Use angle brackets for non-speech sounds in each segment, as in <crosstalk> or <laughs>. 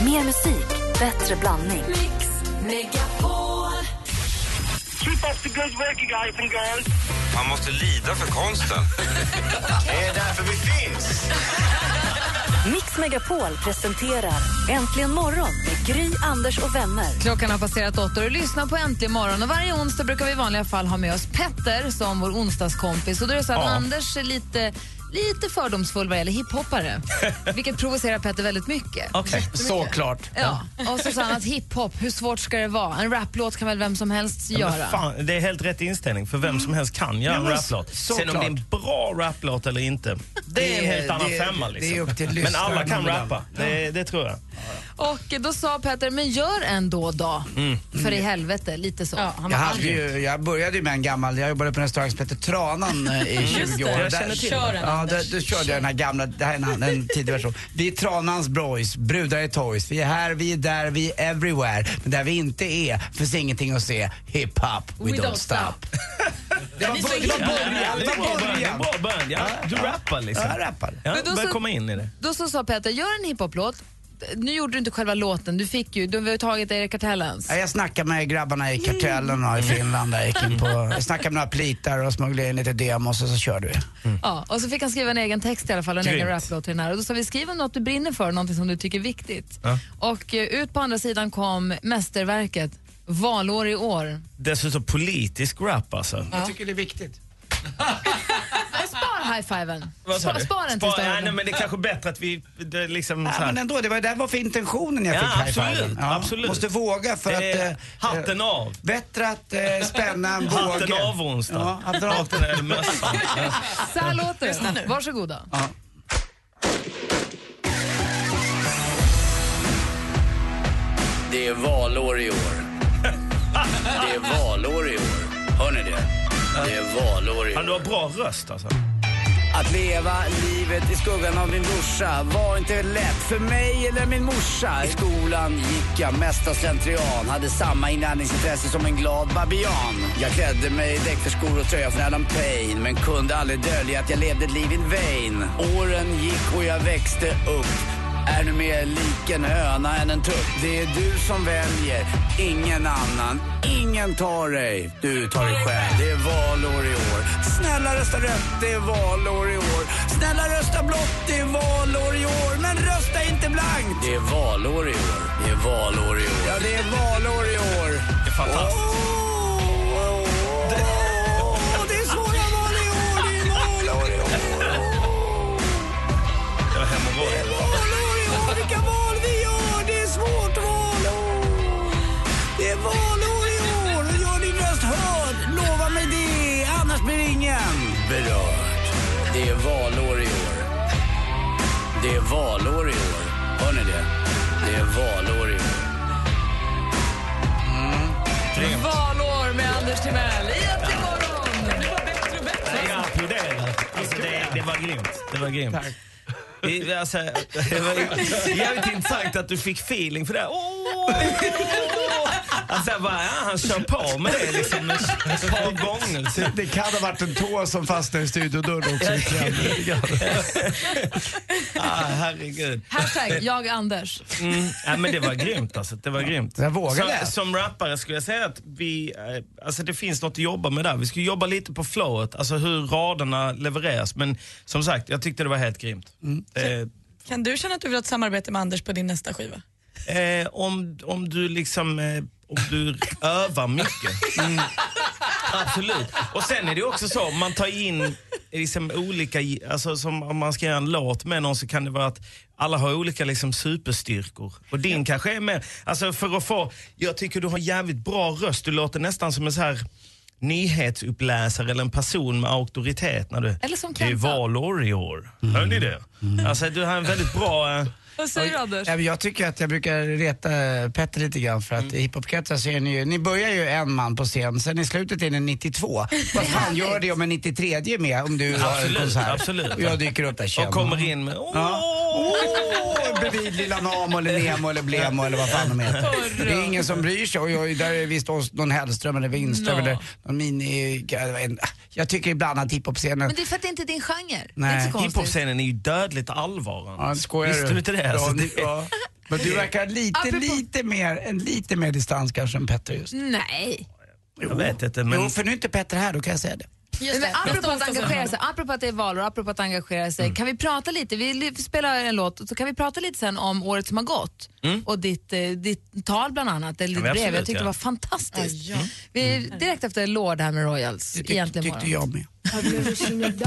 Mer musik, bättre blandning. Mix Megapol. Keep up the good work, you guys and girls. Man måste lida för konsten. Det är därför vi finns. Mix Megapol presenterar Äntligen morgon med Gry, Anders och vänner. Klockan har passerat åtta och du lyssnar på Äntligen morgon. Och varje onsdag brukar vi i vanliga fall ha med oss Petter som vår onsdagskompis. Och då är det så att Anders är lite, lite fördomsfull vad <laughs> gäller hiphoppare. vilket provocerar Petter väldigt mycket. Okej, såklart. Ja. Och så sa han att hiphop, hur svårt ska det vara? En raplåt kan väl vem som helst Ja, göra? Men fan, det är helt rätt inställning, för vem som helst kan göra Ja, en men raplåt. så- Sen om det är en såklart. bra raplåt eller inte, det är en helt annan det- femma. Liksom. det är upp till men lyssnaren alla kan om det rappa, det, det tror jag. Och då sa Petter, men gör en då och då. Mm. För i helvete, lite så. Ja, han Jag, var hade ju, jag började ju med en gammal, jag jobbade på en restaurang som hette Tranan eh, i 20 år. Jag Där- känner till den. Ja, där, då körde jag den här gamla, det här är en, annan- en tidig version. Vi är Tranans boys, brudar är toys. Vi är här, vi är där, vi är everywhere. Men där vi inte är finns ingenting att se. Hip-hop, we, don't, stop. <laughs> Det var är så bör- det var början, det var Det är början. bra band, ja. Du rappar liksom. Ja, jag rappar. Ja, Men då börjar så- komma in i det. Då så sa Peter, gör en hiphoplåt. Nu gjorde du inte själva låten, du fick ju, du har ju tagit Erik Kartellens. Ja, Jag snackade med grabbarna i kartellen och i Finland. Där jag, gick in på, jag snackade med några plitar och smugglade in lite demos och så körde vi. Ja, och så fick han skriva en egen text i alla fall, en Grymt. egen raplåt till den här. Och då sa vi, skriv om något du brinner för, något som du tycker är viktigt. Ja. Och eh, ut på andra sidan kom mästerverket, valår i år. Dessutom politisk rap alltså. Jag tycker det är viktigt. Nej, Spar high-fiven. Vad sa Spar, du? spar den tills Spara- du har nej, den. men Det är kanske är bättre att vi det, är liksom så Ja, men här. ändå, det var, det var för intentionen jag Ja, fick high-fiven. absolut, absolut. Måste våga för att... Det är eh, hatten eh, av. Bättre att eh, spänna en båge. <laughs> Hatten av onsdag. Ja, hatten av. <laughs> Hatten är mössan. Så här låter det. Varsågoda. Ja. Det är valår i år. Det är valår i år. Hör ni det? Det är valår i Ja, Du år. har bra röst alltså. Att leva livet i skuggan av min brorsa var inte lätt för mig eller min morsa. I skolan gick jag mest av slentrian. Hade samma inlärningsintresse som en glad babian. Jag klädde mig i däckterskor och tröja från Adam Payne. Men kunde aldrig dölja att jag levde ett liv in vain. Åren gick och jag växte upp. Är du mer lik en höna än en tupp? Det är du som väljer, ingen annan. Ingen tar dig, du tar dig själv. Det är valår i år. Snälla rösta rött, det är valår i år. Snälla rösta blått, det är valår i år. Men rösta inte blankt! Det är valår i år. Det är valår i år. Ja, det är valår i år. Det är fantastiskt. Åh, åh, åh, det är svåra val i år. Det är valår i år. Jag har hemorrojder. Valår i år, vilka val vi gör! Det är svårt valår. Det är valår i år och gör din röst hörd. Lova mig det, annars blir ingen berörd. Det är valår i år. Det är valår i år. Hör ni det? Det är valår i år. Valår med Anders Timell i Äntligen morgon. Jag applåderar. Alltså, det, det var grymt. Det var grymt. Det, alltså, det var ju jävligt intressant att du fick feeling för det. här. Åh! Alltså, jag bara, ja, han kör på med det liksom ett par gånger. typ. Så, Det kan ha varit en tå som fastnade i studiodörren också. ah, herregud. Hashtag jag Anders. Mm. Ja, men det var grymt alltså. Det var grymt. Jag vågade. Som, som rappare skulle jag säga att vi, eh, alltså det finns något att jobba med där. Vi skulle jobba lite på flowet, alltså hur raderna levereras. Men som sagt, jag tyckte det var helt grymt. Eh, Kan du känna att du vill ha ett samarbete med Anders på din nästa skiva? Eh, om, om du liksom eh, om du övar mycket. Mm. Absolut. Och sen är det också så, om man tar in liksom olika, alltså som om man ska göra en låt med någon så kan det vara att alla har olika liksom superstyrkor. Och din kanske är mer, alltså för att få, jag tycker du har jävligt bra röst, du låter nästan som en så här nyhetsuppläsare eller en person med auktoritet när du... Eller som Det är Kenta. valår i år. Hör ni det? Alltså du har en väldigt bra... Eh, Vad säger du Anders? Ja, men Jag tycker att jag brukar reta eh, Petter lite grann för att Mm. i hiphopkretsar så är ni ju, ni börjar ju en man på scen, sen i slutet är ni 92. Vad <laughs> fan gör det om en 93 är med om du har en Absolut, konsert? absolut. Och jag dyker upp där tjena. och kommer in med... Åh, Ja. Åh, bredvid lilla Namo eller Nemo eller Blemo eller vad fan de heter. Det är ingen som bryr sig. Och jag, där är visst oss- någon Hellström eller Winström Nå. eller någon mini... eh, en- Jag tycker ibland att hiphop-scenen... Men det är för att det inte är din genre. Det är Nej, inte så konstigt. Hiphop-scenen är ju dödligt allvar. Ja, Anders. skojar Visste du inte det? Ja, Alltså, ni- det ja. Men du verkar lite, Apropå- lite mer, en lite mer distans kanske än Petter just. Nej. <laughs> Jag vet inte, men... Jo, för nu är inte Petter här, då kan jag säga det. Just Men apropå Nästa att onsdag så- engagera sig, apropå att det är valår, apropå att engagera sig, Mm. kan vi prata lite, vi li- spelar en låt, och så kan vi prata lite sen om året som har gått och ditt, eh, ditt tal bland annat, eller men ditt brev. absolut, Jag tyckte det Mm. ja. var fantastiskt. Mm. Vi är direkt efter Lord här med Royals, Det tyck- egentligen tyckte morgon. jag med.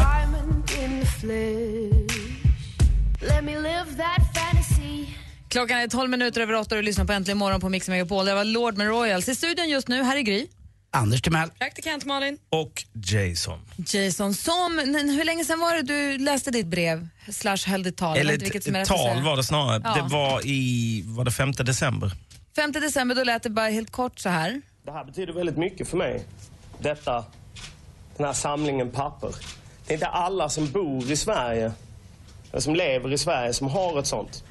Klockan är 12 minuter över 8 och du lyssnar på Äntligen morgon på Mix Megapol. Det var Lord med Royals. I studion just nu, här är Gry. Anders Timell. Praktikant Malin. Och Jason. Jason, som, n- hur länge sedan var det du läste ditt brev, slash höll ditt tal? Eller Jag vet inte vilket ett, som är ett rätt att tal säga. var det snarare. Ja. Det var i, var det 5 december? 5 december, då lät det bara helt kort så här. Det här betyder väldigt mycket för mig. Detta, den här samlingen papper. Det är inte alla som bor i Sverige, eller som lever i Sverige, som har ett sånt.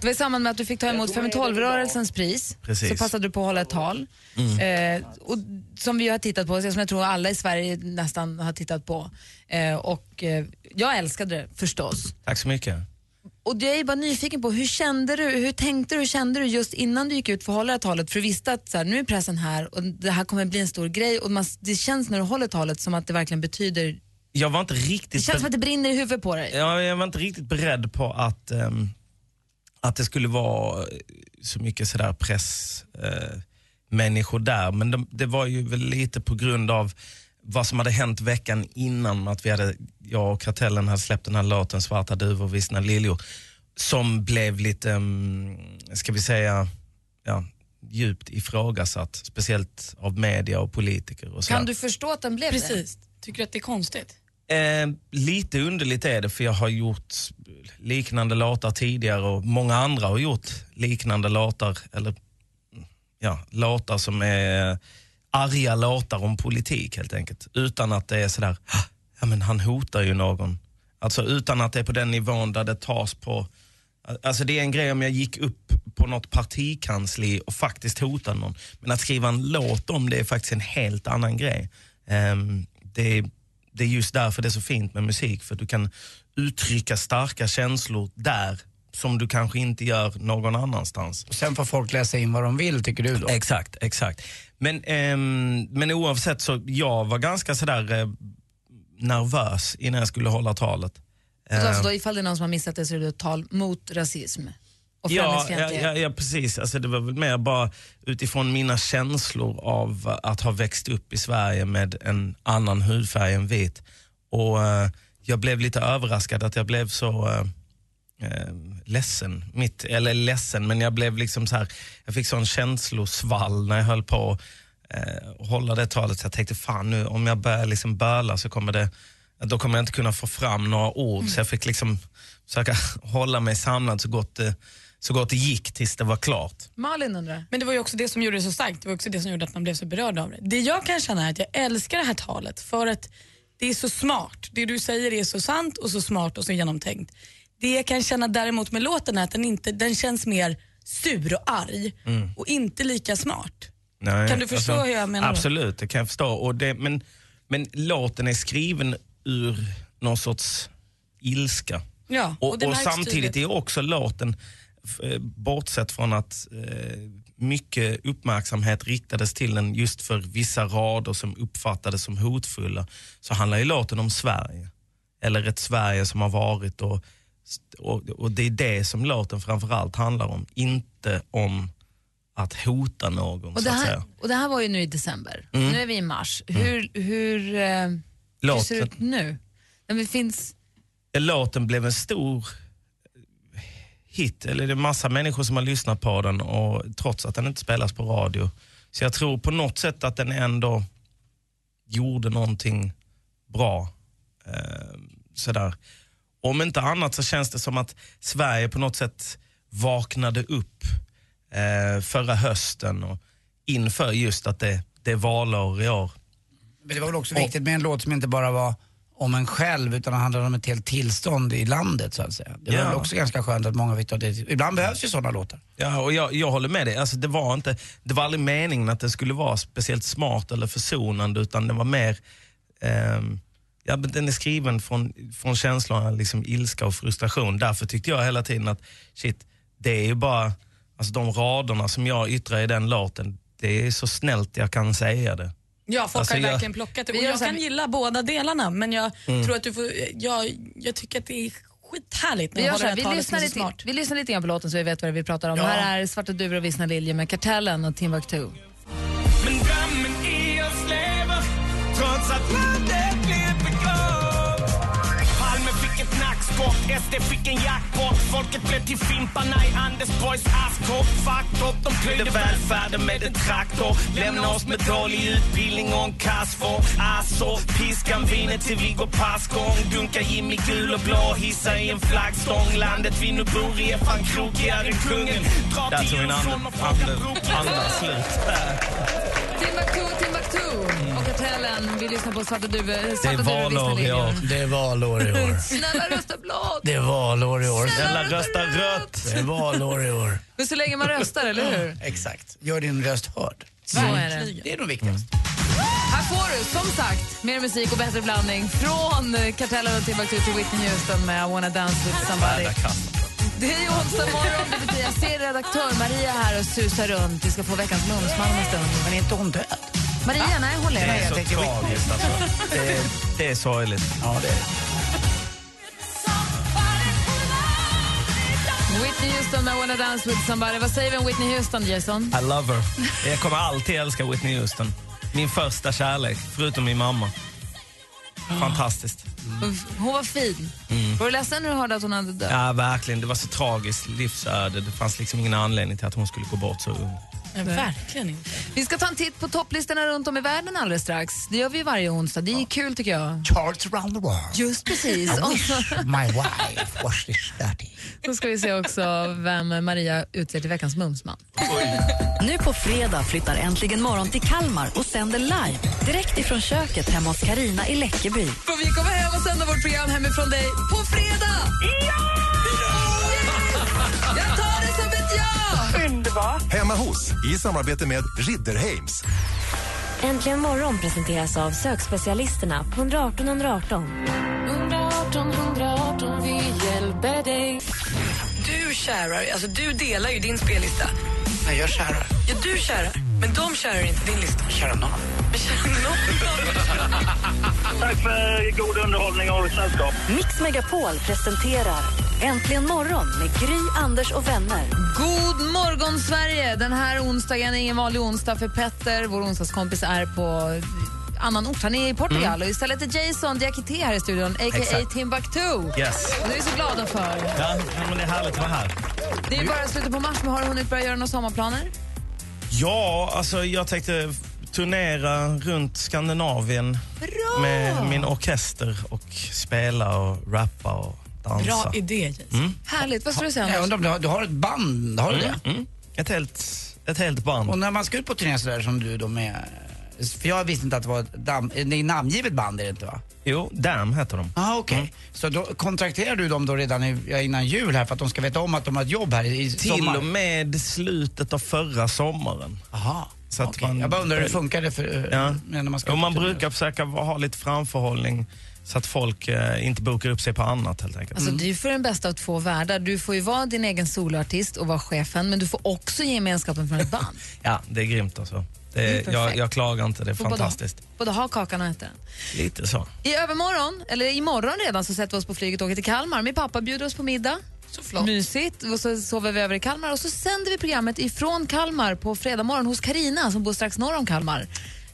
Det var i samband med att du fick ta emot 512-rörelsens pris. Precis. Så passade du på att hålla ett tal. Eh, och, som vi har tittat på, som jag tror alla i Sverige nästan har tittat på. Eh, och eh, jag älskade det förstås. Tack så mycket. Och jag är bara nyfiken på, hur kände du, hur tänkte du, hur kände du just innan du gick ut för att hålla det här talet? För du visste att så här, nu är pressen här och det här kommer bli en stor grej. Och man, det känns när du håller talet som att det verkligen betyder, Jag var inte det riktigt... känns som att det brinner i huvudet på dig. Ja, jag var inte riktigt beredd på att, ehm, att det skulle vara eh, så mycket sådär pressmänniskor eh, människor där. Men de, det var ju väl lite på grund av vad som hade hänt veckan innan. Att vi hade, jag och Kartellen hade släppt den här låten Svarta duvor och vissna liljor. Som blev lite, ehm, ska vi säga, ja, djupt ifrågasatt. Speciellt av media och politiker. Och sådär. Kan du förstå att den blev det? Precis. Tycker du att det är konstigt? Eh, lite underligt är det för jag har gjort liknande låtar tidigare och många andra har gjort liknande låtar, eller ja, låtar som är arga låtar om politik helt enkelt. Utan att det är sådär, "Ah, ja men han hotar ju någon. Alltså utan att det är på den nivån där det tas på, alltså det är en grej om jag gick upp på något partikansli och faktiskt hotade någon. Men att skriva en låt om det är faktiskt en helt annan grej. Ehm, det, är- det är just därför det är så fint med musik, för du kan uttrycka starka känslor där som du kanske inte gör någon annanstans. Och sen får folk läsa in vad de vill, tycker du då? Exakt, exakt. Men, ehm, men oavsett så, jag var ganska sådär eh, nervös innan jag skulle hålla talet. Så Ehm, alltså då, ifall det är någon som har missat det så är det ett tal mot rasism och Ja, ja, främlingsfientlighet. ja, ja, precis. Alltså, det var väl mer bara utifrån mina känslor av att ha växt upp i Sverige med en annan hudfärg än vit. Och eh, jag blev lite överraskad att jag blev så eh, eh, ledsen. Mitt, eller ledsen, men jag blev liksom så här, jag fick sån känslosvall när jag höll på eh, att hålla det talet. Så jag tänkte fan nu om jag börjar liksom böla så kommer det då kommer jag inte kunna få fram några ord så jag fick liksom försöka <laughs> hålla mig samlad så gott, det, så gott det gick tills det var klart. Malin undrar. Men det var ju också det som gjorde det så starkt. Det var också det som gjorde att man blev så berörd av det. Det jag kan känna är att jag älskar det här talet för att det är så smart. Det du säger är så sant och så smart och så genomtänkt. Det jag kan känna däremot med låten är att den, inte, den känns mer sur och arg och inte lika smart. Nej, alltså, Kan du förstå hur jag menar då? Absolut, det kan jag förstå. Och det, men, men låten är skriven ur någon sorts ilska. Ja, Och, och och, det märks samtidigt tydligt. är också låten, f- eh, bortsett från att eh, mycket uppmärksamhet riktades till den just för vissa rader som uppfattades som hotfulla, så handlar ju låten om Sverige. Eller ett Sverige som har varit och, och, och det är det som låten framförallt handlar om, inte om att hota någon Och så det, att här, säga. Mm. och det här var ju nu i december. Nu är vi i mars. Hur, hur, eh, hur ser det Låten, ut nu? Men det finns, låten blev en stor hit. Eller det är massa människor som har lyssnat på den och trots att den inte spelas på radio. Så jag tror på något sätt att den ändå gjorde någonting bra. Eh, sådär. Om inte annat så känns det som att Sverige på något sätt vaknade upp eh, förra hösten och inför just att det, det är valår i år. Men det var väl också viktigt med en låt som inte bara var om en själv utan det handlade om ett helt tillstånd i landet så att säga. Det var Ja. väl också ganska skönt att många fick ta det. Ibland behövs ju sådana låtar. Ja, och jag, jag håller med dig. Alltså, det, var inte, det var aldrig meningen att det skulle vara speciellt smart eller försonande utan det var mer, ehm, ja, men den är skriven från, från känslan av liksom ilska och frustration. Därför tyckte jag hela tiden att shit, det är ju bara, alltså de raderna som jag yttrar i den låten, det är så snällt jag kan säga det. Ja, folk Alltså, har ju jag- verkligen plockat det. Vi Och gör jag så här- kan gilla båda delarna men jag Mm. tror att du får, jag, jag tycker att det är skithärligt när Vi, jag gör har så det här, här vi, talet lyssnar som är så lite, smart. vi lyssnar lite grann på låten så vi vet vad vi pratar om. Ja. Här är Svarta duvor och Vissna liljor med Kartellen och Timbuktu. Men drömmen i oss lever trots att landet blir begravt. Palme fick ett nackskott, SD fick en jackpot. Folket blev till fimparna i Anders Borgs askkopp. Facktopp, de plöjde välfärden med en traktor. Lämna oss med dålig utbildning och en kassform. Alltså, piskan viner till Viggo Passgång. Dunkar Jimmy gul och blå, hissar i en flaggstång. Landet vi nu bor i är fan krokigare än kungen. Dra till Djursholm och fråga broken. Timbuktu, Timbuktu och Kartellen. Vi lyssnar på Svarta duvor, Mm. Det är svarta duvor Vissna valår i år. liljor. Det är valår i år. Snälla rösta blått! Det är valår i år. Snälla rösta rött. Det är valår i år. Men så länge man röstar, eller hur? Exakt. Gör din röst hörd. Så är det. Det är nog viktigast. Här får du, som sagt, mer musik och bättre blandning från eh, Kartellen och Timbuktu till Whitney Houston med I wanna dance with somebody. Det är ju onsdag morgon, det betyder jag ser redaktör Maria här och susar runt. Vi ska få veckans Mums-man om en stund. Men är inte hon död? Maria, nej, hon Ah. Det är lever. så tragiskt alltså. Det är, det är sorgligt. Ja, det är det. Whitney Houston med I wanna dance with somebody. Vad säger vi om Whitney Houston, Jason? I love her. Jag kommer alltid älska Whitney Houston. Min första kärlek, förutom min mamma. Fantastiskt. Hon var fin. Var du ledsen när du hörde att hon hade dött? Mm. Ja, verkligen. Det var så tragiskt livsöde. Det fanns liksom ingen anledning till att hon skulle gå bort så ung. Nej, verkligen inte. Vi ska ta en titt på topplistorna runt om i världen alldeles strax. Det gör vi ju varje onsdag. Det är kul tycker jag. Charts around the world. Just precis. I Och wish my wife was this study. så ska vi se också vem Maria utser till veckans Mumsman. Nu på fredag flyttar Äntligen morgon till Kalmar och sänder live direkt ifrån köket hemma hos Karina i Läckeby. För vi kommer hem och sända vårt program hemifrån dig på fredag! Ja! Yes! Jag tar det som ett ja! Hemma hos, i samarbete med Ridderheims. Äntligen morgon presenteras av sökspecialisterna på 118 118. Du kärar, alltså du delar ju din spellista. Nej, jag kärar. Ja, du kärar, men de kärar inte din lista. Kärar någon. Men kärar Tack för god underhållning och sällskap. Mix Megapol presenterar Äntligen morgon med Gry, Anders och vänner. <laughs> God morgon, Sverige! Den här onsdagen är ingen vanlig onsdag för Petter, vår onsdagskompis, är på annan ort. Han är i Portugal och istället är Jason Diakité här i studion, a.k.a. Exakt. Timbuktu. Yes. Och det är vi så glada för. Ja, men det är härligt att vara här. Det är bara slutet på mars, men har du hunnit börja göra några sommarplaner? Ja, alltså jag tänkte turnera runt Skandinavien Bra! med min orkester och spela och rappa och dansa. Bra Alltså. idé Jason. Mm. Härligt. Vad ska du säga, Jag Anders? undrar om du har, du har ett band, har du det? Mm. Ett, helt, ett helt band. Och när man ska ut på turné sådär som du då med... För jag visste inte att det var ett dam, nej, namngivet band är det inte va? Jo, Damn heter de. Ja, ah, okej. Så då kontrakterar du dem då redan i, ja, innan jul här för att de ska veta om att de har ett jobb här i- i Till sommar? och med slutet av förra sommaren. Aha. Så att okej. man- Jag bara undrar hur det funkade för, eh, Ja. när man ska och ut man på turné. brukar försöka va- ha lite framförhållning så att folk eh, inte bokar upp sig på annat helt enkelt. Alltså, Du får den bästa av två världar. Du får ju vara din egen soloartist och vara chefen, men du får också gemenskapen från ett band. Ja, det är grymt alltså. Det Mm, är, perfekt. jag, jag klagar inte, det är Får både- fantastiskt. Både ha kakan och äta den. Lite så. I övermorgon, eller imorgon redan, så sätter vi oss på flyget och åker till Kalmar. Min pappa bjuder oss på middag. Så flott. Mysigt. Och så sover vi över i Kalmar och så sänder vi programmet ifrån Kalmar på fredag morgon hos Karina som bor strax norr om Kalmar.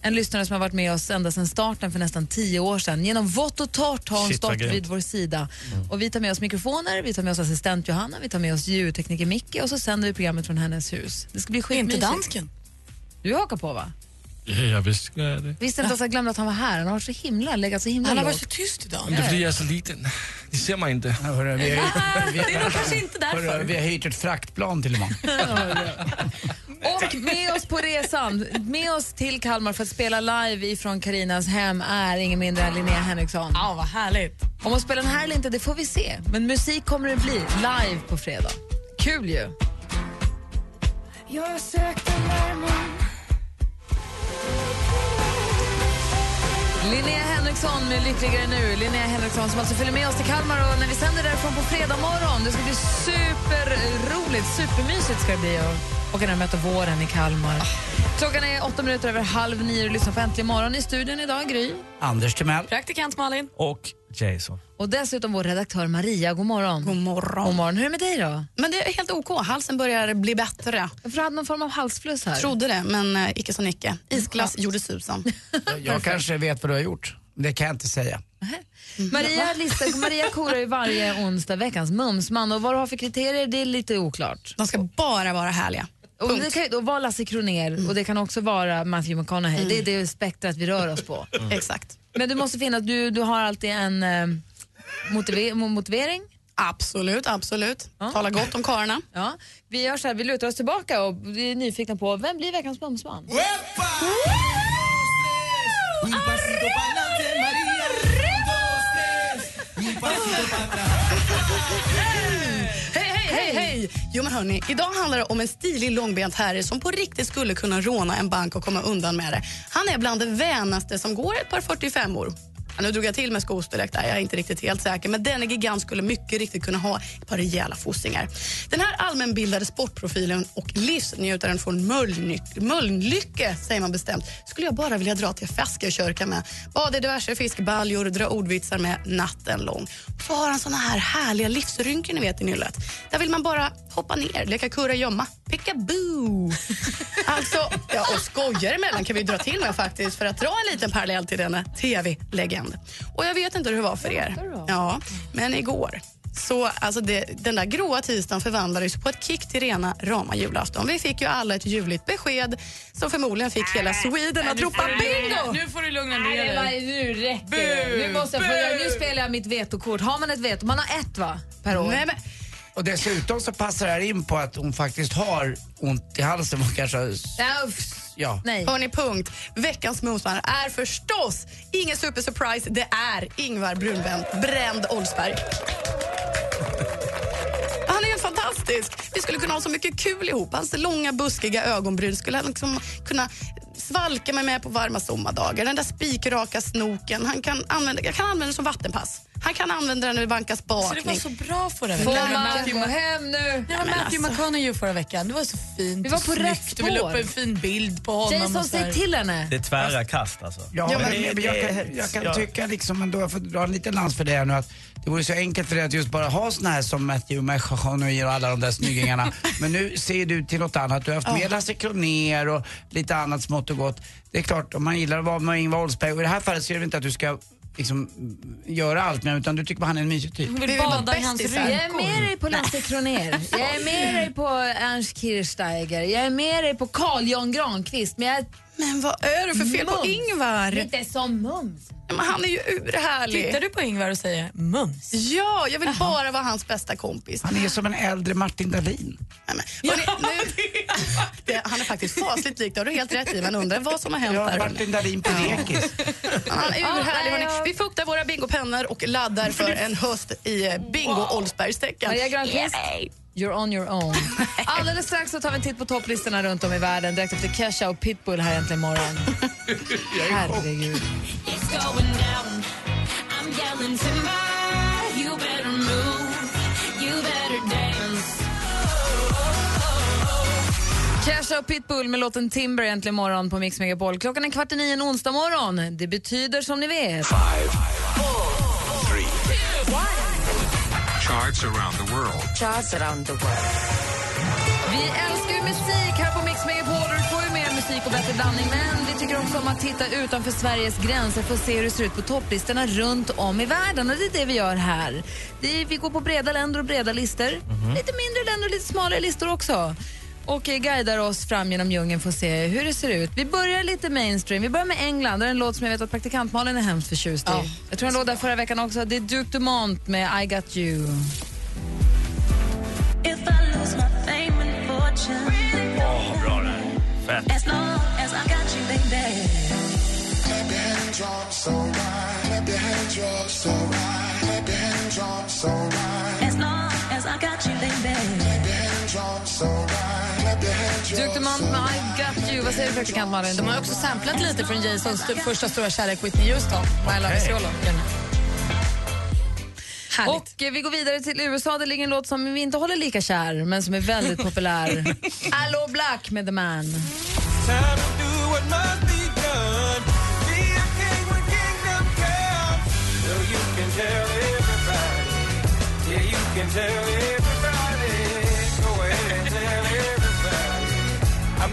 En lyssnare som har varit med oss ända sedan starten för nästan tio år sedan. Genom vått och torrt har hon Shit, vad stått grymt. Mm. vid vår sida. Och vi tar med oss mikrofoner, vi tar med oss assistent Johanna, vi tar med oss ljudtekniker Micke och så sänder vi programmet från hennes hus. Det ska bli Inte skitmysigt. dansken. Du hakar på va? Ja, visst gør jeg det. Visste inte att jag glömde att han var här. Han har varit så himla, legat så himla Han har lågt. varit så tyst idag. Men <laughs> det er fordi, jeg er så lige den. De ser mig ikke. Ja, hörru, vi, har hyrt, vi, Det är nog kanske inte hörru, därför. vi har hyrt ett fraktplan till <laughs> imorgon. Och med oss på resan, med oss till Kalmar för att spela live ifrån Karinas hem är ingen mindre än Linnea Henriksson. Ja, vad härligt. Om hon spelar den här eller inte, det får vi se. Men musik kommer det bli, live på fredag. Kul ju! Linnea Henriksson med Lyckligare nu. Linnea Henriksson som alltså följer med oss till Kalmar och när vi sänder därifrån på fredag morgon. Det ska bli superroligt, supermysigt ska det bli att åka ner och möta våren i Kalmar. Klockan är åtta minuter över halv nio och lyssnar på Äntligen morgon i studion idag, Gry. Anders Timell. Praktikant Malin. Och Jason. Och dessutom vår redaktör Maria, god morgon. God morgon. God morgon. Hur är det med dig då? Men det är helt OK. Halsen börjar bli bättre. För du hade någon form av halsfluss här? Trodde det, men eh, icke så icke. Isglass gjorde susen. Jag kanske vet vad du har gjort. Det kan jag inte säga. Maria, listar, Maria korar ju <laughs> varje onsdag veckans mumsman och vad du har för kriterier det är lite oklart. De ska bara vara härliga. Och det kan ju då vara Lasse Kronér och det kan också vara Matthew McConaughey. Det är det spektrat vi rör oss <laughs> på. Exakt. Men du måste finna att du, du har alltid en eh, motive- mo- motivering. Absolut, absolut. Tala gott om karlarna. Ja. Vi gör så här, vi lutar oss tillbaka och vi är nyfikna på vem blir veckans mumsman? Hej, hej, hej, hej! Jo men hörni, idag handlar det om en stilig långbent herre som på riktigt skulle kunna råna en bank och komma undan med det. Han är bland det vänaste som går ett par 45-or. Ja, nu drog jag till med skostorlek där, jag är inte riktigt helt säker. Men denne gigant skulle mycket riktigt kunna ha ett par rejäla fossingar. Den här allmänbildade sportprofilen och livsnjutaren från Mölnlycke, Mölnlycke säger man bestämt, skulle jag bara vilja dra till Feskekörka med. Bada i diverse fiskbaljor, dra ordvitsar med natten lång. Och så har han såna här härliga livsrynkor ni vet i nyllet. Där vill man bara hoppa ner, leka kurra gömma. <laughs> Peekaboo! alltså, ja, och skojar emellan kan vi dra till med faktiskt för att dra en liten parallell till denna tv-legend. Och jag vet inte hur det var för er. Ja, men igår. Så alltså det, den där gråa tisdagen förvandlades på ett kick till rena rama julafton. Vi fick ju alla ett ljuvligt besked som förmodligen fick hela Sweden att ropa bingo! Nu får du lugna Nej, ner det var- dig. nu räcker Bu, det. Nu, måste jag få, bu. göra- nu spelar jag mitt vetokort. Har man ett veto? Man har ett va? Per år? Nej, men- Och dessutom så passar det här in på att hon faktiskt har ont i halsen. Hon kanske har... Ja, uff. Ja. Hörni, punkt. Veckans mumsman är förstås ingen super surprise. Det är Ingvar Brunbränd, bränd Oldsberg. Han är helt fantastisk. Vi skulle kunna ha så mycket kul ihop. Hans långa buskiga ögonbryn skulle han liksom kunna svalka mig med på varma sommardagar. Den där spikraka snoken. Han kan använda, jag kan använda den som vattenpass. Han kan använda den när det vankas Så det var bakning. så bra förra Får veckan. man Matthew gå Ma- hem nu? Ja, men men Matthew alltså. McConaughey förra veckan. Det var så fint Vi var och på rätt snyggt. Du ville spår. upp en fin bild på honom. Jason, och så här. säg till henne. Det är tvära kast alltså. Ja, men, det- men jag kan, jag kan ja. tycka liksom ändå, jag får dra en liten lans för det här nu, att det vore så enkelt för dig att just bara ha såna här som Matthew McConaughey och alla de där <laughs> snyggingarna. men nu ser du till något annat. Du har haft med Lasse Kronér och lite annat smått och gott. Det är klart, om man gillar att vara med Ingvar Oldsberg, och i det här fallet så är det inte att du ska liksom göra allt med utan du tycker bara han är en mysig <laughs> typ. Hon vill bada i hans rynkor. Jag är med dig på Lasse Kronér. Jag är med dig på Ernst Kirchsteiger. Jag är med dig på Carl Jan Granqvist. Men, jag... men vad är det för fel på Ingvar? Inte som mums. Men han är ju urhärlig. Tittar du på Ingvar och säger mums? Ja, jag vill bara vara hans bästa kompis. Han är som en äldre Martin Dahlin. Hörrni, nu, <laughs> det, han är faktiskt fasligt lik, det har du helt rätt i. Man undrar vad som har hänt Ja, där. Martin Dahlin på lekis. Han är urhärlig. nej, hörni. ja. Vi fuktar våra bingopennor och laddar för en höst i eh, bingo Oldsbergstecken. Maria Granqvist, Yay! you're on your own. Alldeles strax så tar vi en titt på topplistorna runt om i världen direkt efter Kesha och Pitbull här äntligen imorgon. Herregud. Kesha och Pitbull med låten Timber äntligen imorgon på Mix Megapol. Klockan är kvart i nio en onsdag morgon. Det betyder som ni vet... Charts around the world. Vi älskar ju musik här på Mix Megapol och du får ju mer musik och bättre blandning. Men vi tycker också om att titta utanför Sveriges gränser för att se hur det ser ut på topplistorna runt om i världen. Och det är det vi gör här. Det är, vi går på breda länder och breda listor. Lite mindre länder och lite smalare listor också. Och eh, guidar oss fram genom djungeln för att se hur det ser ut. Vi börjar lite mainstream. Vi börjar med England. Det är en låt som jag vet att praktikant Malin är hemskt förtjust i. Ja. Jag tror den låg där förra veckan också. Det är Duke Dumont med I Got You. Åh, bra det här. Fett. As long as I got you, baby. Duke Dumont med I got you. Vad säger du praktikant Malin? De har också samplat lite från Jasons typ st- första stora kärlek Whitney Houston, My Love Is Your Love. Och eh, vi går vidare till USA. Där ligger en låt som vi inte håller lika kär, men som är väldigt <laughs> populär. Allo Black med The Man.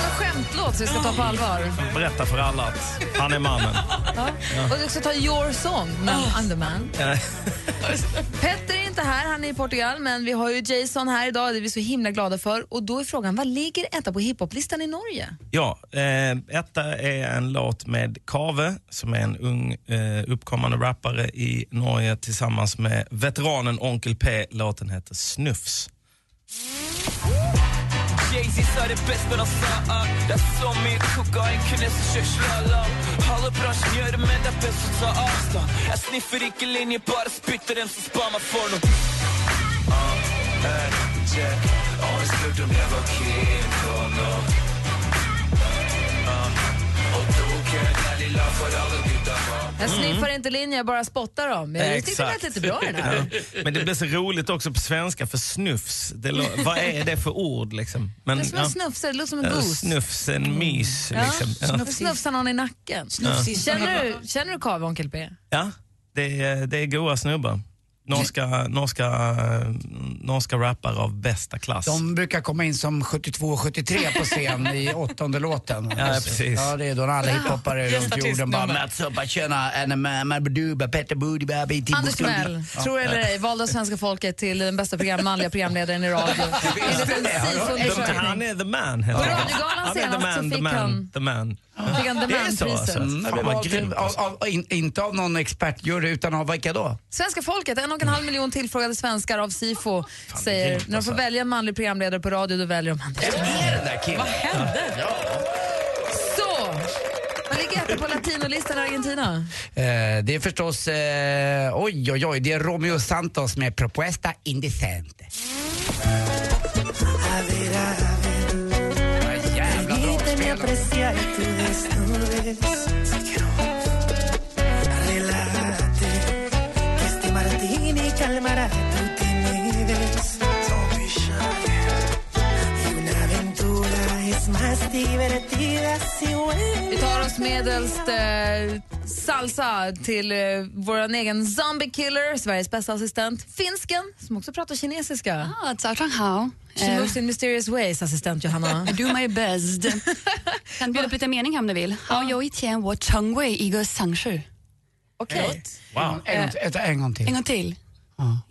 en skämtlåt som vi ska ta på allvar. Berätta för alla att han är mannen. Ja. Oh. Ja. Och du ska ta Your Song med I'm the Man. Ja. Petter är inte här, han är i Portugal, men vi har ju Jason här idag, det är vi så himla glada för. Och då är frågan, vad ligger etta på hiphoplistan i Norge? Ja, eh, etta är en låt med Kave som är en ung eh, uppkommande rappare i Norge tillsammans med veteranen Onkel P. Låten heter Snufs. Jay-Z sa det bäst när han sa ah Det är så mycket kokain, kinesisk slalom Halva branschen gör det men det är bäst att ta avstånd Jag sniffar icke linje, bara spytter den som spammar för nån Jag Mm. sniffar inte linje, jag bara spottar dem. Jag tyckte det lät lite bra den här. Ja. Men det blir så roligt också på svenska för snufs. Det, lå- vad är det för ord liksom? Men, det är som en ja. snufsare, det låter som en Ja, bos. Snufs, en mys Ja, liksom. Ja. snufsig. Snufsar någon i nacken. Snufsig. Känner du, känner du Kave, Onkel P? Ja, det är, det är goa snubbar. Norska, norska, norska rappare av bästa klass. De brukar komma in som 72-73 på scen i <laughs> åttonde låten. Ja, precis. Ja, det är då alla hiphoppare Ja. runt jorden bara Gästartistnummer. möts upp och tjena, en man, man, baduba, petter, booty, baby, tibo, Anders klubb. Timell, Ja. tror eller ej, vald av svenska folket till den bästa program, manliga programledaren i <laughs> radio. Enligt en De- Han SIFO-undersökning. är alltså. the man. helt På enkelt. Radiogalan Han är the senast man, så the fick man, han- The man. Fick han The Det är så, Man-priset. alltså. Mm, Det han var blir bara alltid- grymt, alltså. av, av, in, inte av någon expertjury utan av vilka då? Svenska folket, en och en halv miljon tillfrågade svenskar av SIFO säger grymt, när de får alltså. välja en manlig programledare på radio, då väljer de Anders Den där killen. Så! Vad ligger etta på latinolistan i Argentina? Eh, det är förstås, eh, oj oj oj, det är Romeo Santos med Propuesta Indecente. Jävla Vi tar oss medelst eh, salsa till eh, vår egen zombie killer, Sveriges bästa assistent, finsken, som också pratar kinesiska. Ah, Zhao Changhao. She moves in mysterious ways, assistent Johanna. I do my best. kan bjuda på lite mening här om du vill. Hao you i tian wo cheng wei i ge sang shu. Okej. Wow. En, gång- ett- en gång till. En gång till.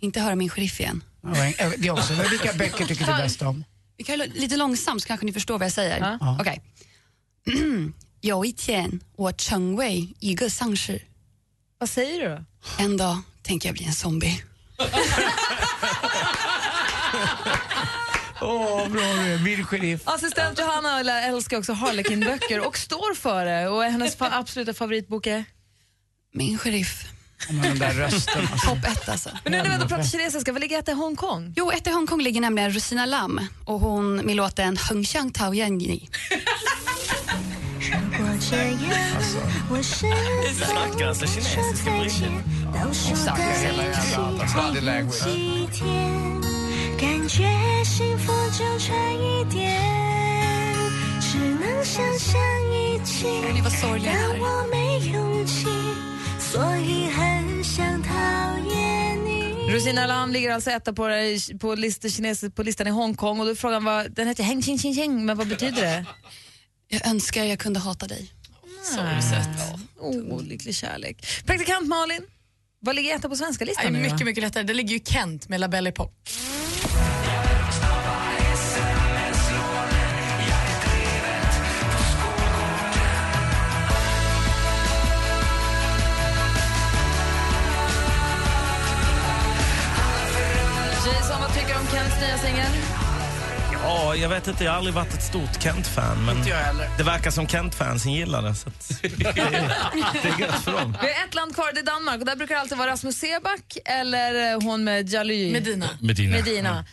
Inte höra min sheriff igen. Ja, en- Det är också, men vilka böcker tycker du bäst om? Vi kan ju lo- lite långsamt så kanske ni förstår vad jag säger. Ja. Okej. <clears throat> Yo i tian wo cheng wei i ge sang shu. <laughs> Vad säger du då? En dag tänker jag bli en zombie. Åh, bra du är. Vild sheriff. Assistent Johanna älskar också Harlequin-böcker och står för det. Och hennes fa- absoluta favoritbok är? Min sheriff. Med den där rösten. Topp ett alltså. Men nu när vi ändå pratar kinesiska, vad ligger etta i Hongkong? Jo, ett i Hongkong ligger nämligen Rosina Lam och hon med låten Hung Xiang Tao Yan Ni. Du snackar alltså kinesiska på riktigt? Body language. 感觉幸福就差一点，只能想象一起。但我没勇气，所以很想讨厌你。 Rosina Lam ligger alltså etta på, på, list, kines, på listan i Hongkong och då är frågan vad, den heter Heng Ching Ching Ching, men vad betyder det? Jag önskar jag kunde hata dig. Sorgset. Oh, olycklig kärlek. Praktikant Malin, vad ligger etta på svenska Det är listan nu mycket, då? mycket lättare. Det ligger ju Kent med La Belle Époque. Jason, vad tycker du om Kents nya singel? Ja, jag vet inte. Jag har aldrig varit ett stort Kent-fan. Men Inte jag heller. det verkar som Kent-fansen gillar det. Så att det är gött för dem. Vi har ett land kvar, det är Danmark. Och där brukar det alltid vara Rasmus Seback eller eh, hon med Jaly. Medina. Medina. Medina.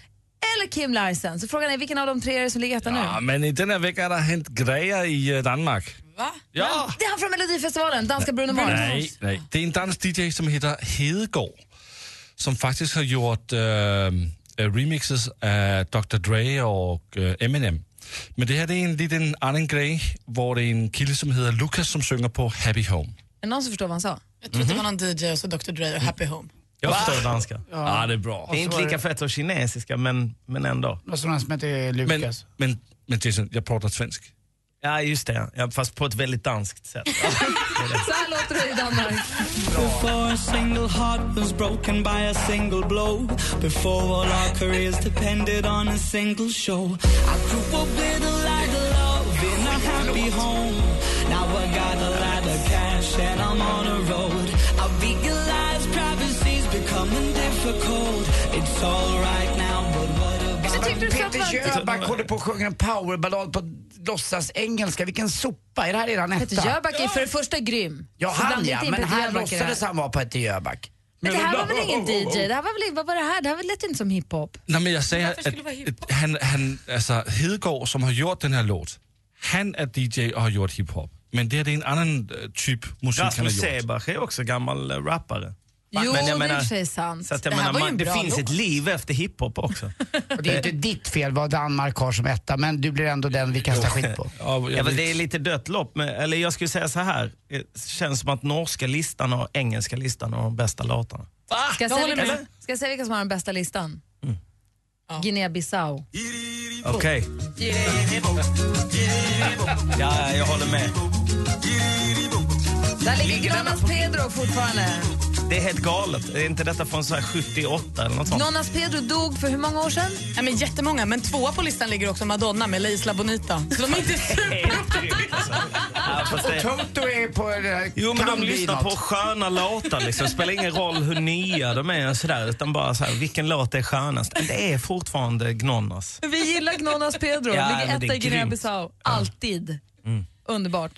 Eller Kim Larsen. Så frågan är vilken av de tre är det som ligger etta nu? Ja, men i den här veckan har det hänt grejer i eh, Danmark. Va? Ja. Det är han från Melodifestivalen, danska Bruno Mars. Nej, nej. Det är en dansk DJ som heter Hedegaard, som faktiskt har gjort eh, remixes av Dr. Dre och eh, Eminem. Men det här det är en liten annan grej, där det är en kille som heter Lukas som sjunger på Happy Home. Är det någon som förstår vad han sa? Jag trodde det var någon DJ och så Dr Dre och Happy Home. Jag Va? förstår danska. Ja. Ja, Ah, det är bra. Det är inte lika fett som kinesiska, men, men ändå. Vad som helst som heter Men, Lukas. men, men Jason, jag pratar svensk. Ja, just det. Ja, fast på ett väldigt danskt sätt. Så här låter det i <laughs> Danmark. Before a single heart was broken by a single blow. Before all our careers depended on a single show. I grew up with a lot of love in a happy home. Now I got a lot of cash and I'm on a road. I realize privacy's becoming difficult. It's alright now, but what about... Peter Jöback håller på och sjunger en powerballad på låtsas engelska. Vilken sopa! Är det här redan etta? Peter Jöback är för det första grym. Ja, Så han blanda ja. inte in Men Peter här Jöback i det låtsades han vara Peter Jöback. Men det här var väl ingen DJ? Det här var väl, vad var det här? Det här lät inte som hiphop. Nej, men jag säger Varför att skulle det vara att han, han, alltså Hedegaard som har gjort den här låt, han är DJ och har gjort hiphop. Men det här det är en annan eh, typ musik han har Rasmus gjort. Seebach är också gammal eh, rappare. Jo, Men jag det är i menar- och för sig sant. Så att jag Det här menar, var ju man, en det bra finns låt. ett liv efter hiphop <laughs> också. Och det är inte ditt fel vad Danmark har som etta, men du blir ändå den vi kastar skit på. Ja, men det är lite dött lopp. Men, eller jag skulle säga så här. Det känns som att norska listan och engelska listan har de bästa låtarna. Ska jag, Jag säga håller vilka, med. ska jag säga vilka som har den bästa listan? Mm. Guinea-Bissau. Okej. Ja, jag håller med. Där ligger Jonas Pedro fortfarande. Det är helt galet. Är inte detta från så här 78 eller något sånt? Jonas Pedro dog för hur många år sedan? Nej, men jättemånga, men tvåa på listan ligger också Madonna med La Isla Bonita. Så de är inte <laughs> Ja, fast det- Toto är på eh, det här. Jo, men kan de bli lyssnar något. på sköna låtar. Liksom. Det spelar ingen roll hur nya de är, och sådär, utan bara så här, vilken låt är skönast? Men Det är fortfarande Gnonnas. Vi gillar Gnonas Pedro. Ja, ligger men det är etta i grymt. Guinea-Bissau. Alltid. Mm. Underbart.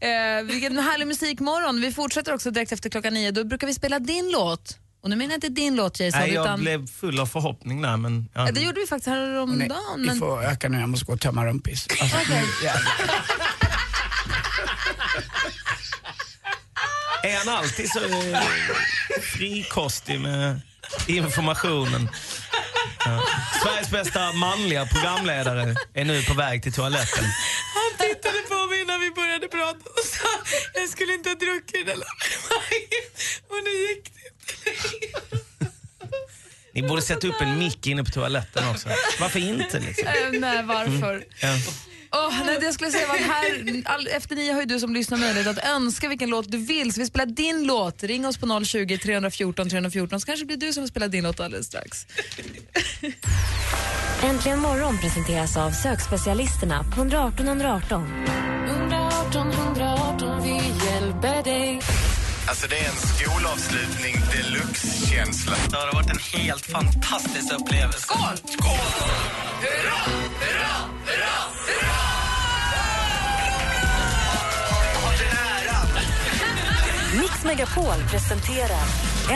Eh, vilken härlig musikmorgon. Vi fortsätter också direkt efter klockan nio. Då brukar vi spela din låt. Och nu menar jag inte din låt Jason, Nej, jag utan... blev full av förhoppning där, men... Ja. Ja, det gjorde vi faktiskt Nej, häromdagen. vi Men... får öka nu. Jag måste gå och tömma rumpis. Alltså, nu, jävlar. Är han alltid så eh, frikostig med informationen? Ja. Sveriges bästa manliga programledare är nu på väg till toaletten. Han tittade på mig innan vi <laughs> började prata och sa jag skulle inte ha druckit den där champagnen. Och nu gick det inte längre. Ni borde sätta upp en mick inne på toaletten också. Varför inte? Liksom? Eh, nej, varför? Mm. Ja. Åh, nej, det jag skulle säga var att här, all, efter nio har ju du som lyssnar möjlighet att önska vilken låt du vill. Så vi spelar din låt. Ring oss på 020 314 314 så kanske det blir du som spelar din låt alldeles strax. Äntligen morgon presenteras av sökspecialisterna på 118 118. 118 118, vi hjälper dig. Alltså det är en skolavslutning deluxe-känsla. Det har varit en helt fantastisk upplevelse. Skål! Skål! Hurra, hurra, hurra, hurra! Mix Megapol presenterar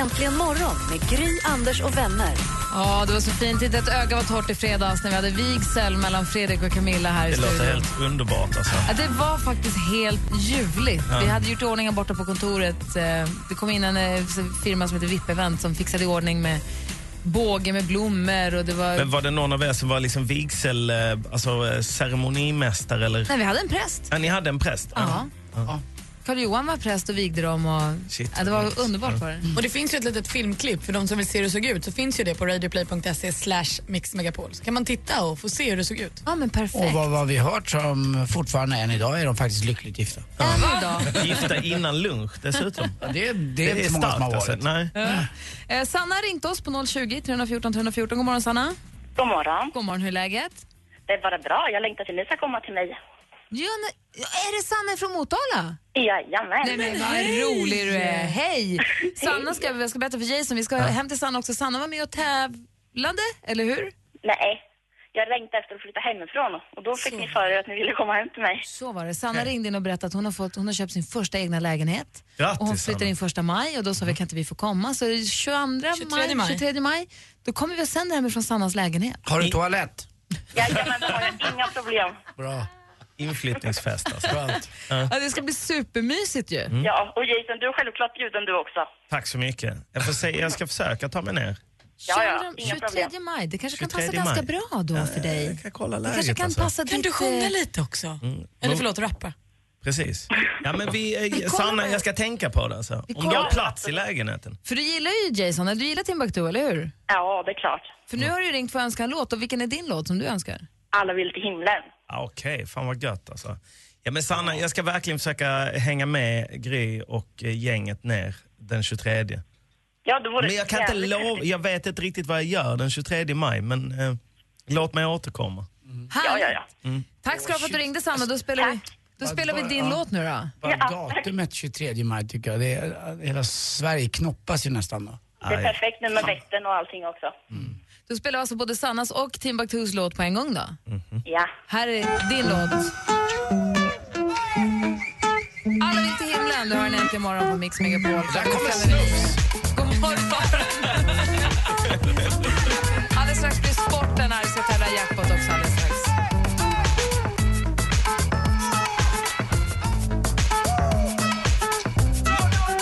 Äntligen morgon med Gry, Anders och vänner. Ja, det var så fint. Inte ett öga var torrt i fredags när vi hade vigsel mellan Fredrik och Camilla här i Det studion. låter helt underbart alltså. Ja, det var faktiskt helt ljuvligt. Ja. Vi hade gjort i ordning här borta på kontoret. Eh, Det kom in en eh, firma som heter VIP-event som fixade i ordning med båge med blommor och det var... Men var det någon av er som var liksom vigsel, eh, alltså eh, ceremonimästare eller? Nej, vi hade en präst. Ja, ni hade en präst? Ja. Ja. Karl-Johan var präst och vigde dem. Och... Shit. Ja, det var underbart var det. Och det finns ju ett litet filmklipp för de som vill se hur det såg ut så finns ju det på radioplay.se slash mixmegapol. Så kan man titta och få se hur det såg ut. Ja men Och perfekt. vad, vad vi hört som fortfarande än idag är de faktiskt lyckligt gifta. Gifta innan lunch dessutom. det, är alltså. inte många som har varit. alltså. Nej. Eh, Sanna har ringt oss på 020 314 314. God morgon Sanna. God morgon. God morgon, hur är läget? Det är bara bra. Jag längtar till ni ska komma till mig. Ja, nej, är det Sanna från Motala? Jajamän. Nej, men vad rolig du är. Hej! Sanna ska, jag ska berätta för Jason, vi ska hem till Sanna också. Sanna var med och tävlade, eller hur? <laughs> Nej, jag längtade efter att flytta hemifrån och då fick ni för er att ni ville komma hem till mig. Så var det. Sanna ringde in och berättade att hon har, fått, hon har köpt sin första egna lägenhet. Grattis, och hon flyttar Sanna. in första maj och då sa vi kan inte vi få komma? Så det är 22 23 maj, maj. 23 maj, då kommer vi och sänder hemifrån Sannas lägenhet. Har du toalett? Jajamän, det har jag inga problem. Mm. Bra. Inflyttningsfest alltså. <laughs> Ja, det ska bli supermysigt ju. Mm. Ja, och Jason, du är självklart bjuden du också. Tack så mycket. Jag, får se, jag ska försöka ta mig ner. Ja, ja, 23 inga problem. maj, det kanske kan passa 23 ganska maj. bra då för dig. Jag Eh, kan kolla det kanske läget kan alltså. passa Kan ditt, du sjunga eh, lite också? Eller förlåt, rappa. Precis. Ja, men vi, Vi eh, kollar Sanna, med- jag ska tänka på det. Alltså. Vi Om du har kollar. plats i lägenheten. För du gillar ju Jason, eller du gillar Timbuktu, eller hur? Ja, det är klart. För nu har du ju ringt för att önska en låt och vilken är din låt som du önskar? Alla vill till himlen. Ah, Okej, fan vad gött alltså. Ja, men Sanna, jag ska verkligen försöka hänga med Gry och eh, gänget ner den 23. Ja, det vore Men jag kan inte jävligt lova, jag vet inte riktigt vad jag gör den 23 maj, men eh, låt mig återkomma. Ja, ja, Alltså, ja. Mm. Tack ska du ha för att du ringde Sanna, då spelar vi, då spelar vi din Ja. låt nu då. Bara datumet 23 maj tycker jag, det är, hela Sverige knoppas ju nästan då. Det är perfekt nu med väkten och allting också. Mm. Då spelar vi alltså både Sannas och Timbuktus låt på en gång då. Ja. Här är din låt. Alla vill till himlen. Du har en äntligen morgon på Mix Megapol. Där kommer Snoops. God morgon. Alldeles strax blir sporten här. Vi ska tävla i jackpot också alldeles strax.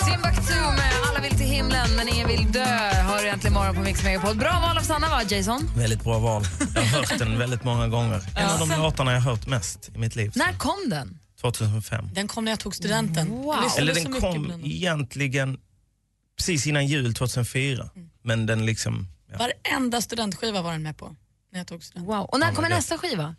Timbuktu med Alla vill till himlen men ingen vill dö. Hör du äntligen morgon på Mix Megapol. Bra val av Sanna va, Jason? Väldigt bra val. Jag har hört den väldigt många gånger. En av de Jaså? låtarna jag har hört mest i mitt liv. När kom den? 2005. Den kom när jag tog studenten. Jag lyssnade Eller så den mycket kom ibland. egentligen precis innan jul 2004. Mm. Men den liksom... Varenda studentskiva var den med på. När jag tog studenten. Wow. Och när Ja, kommer men det- nästa skiva?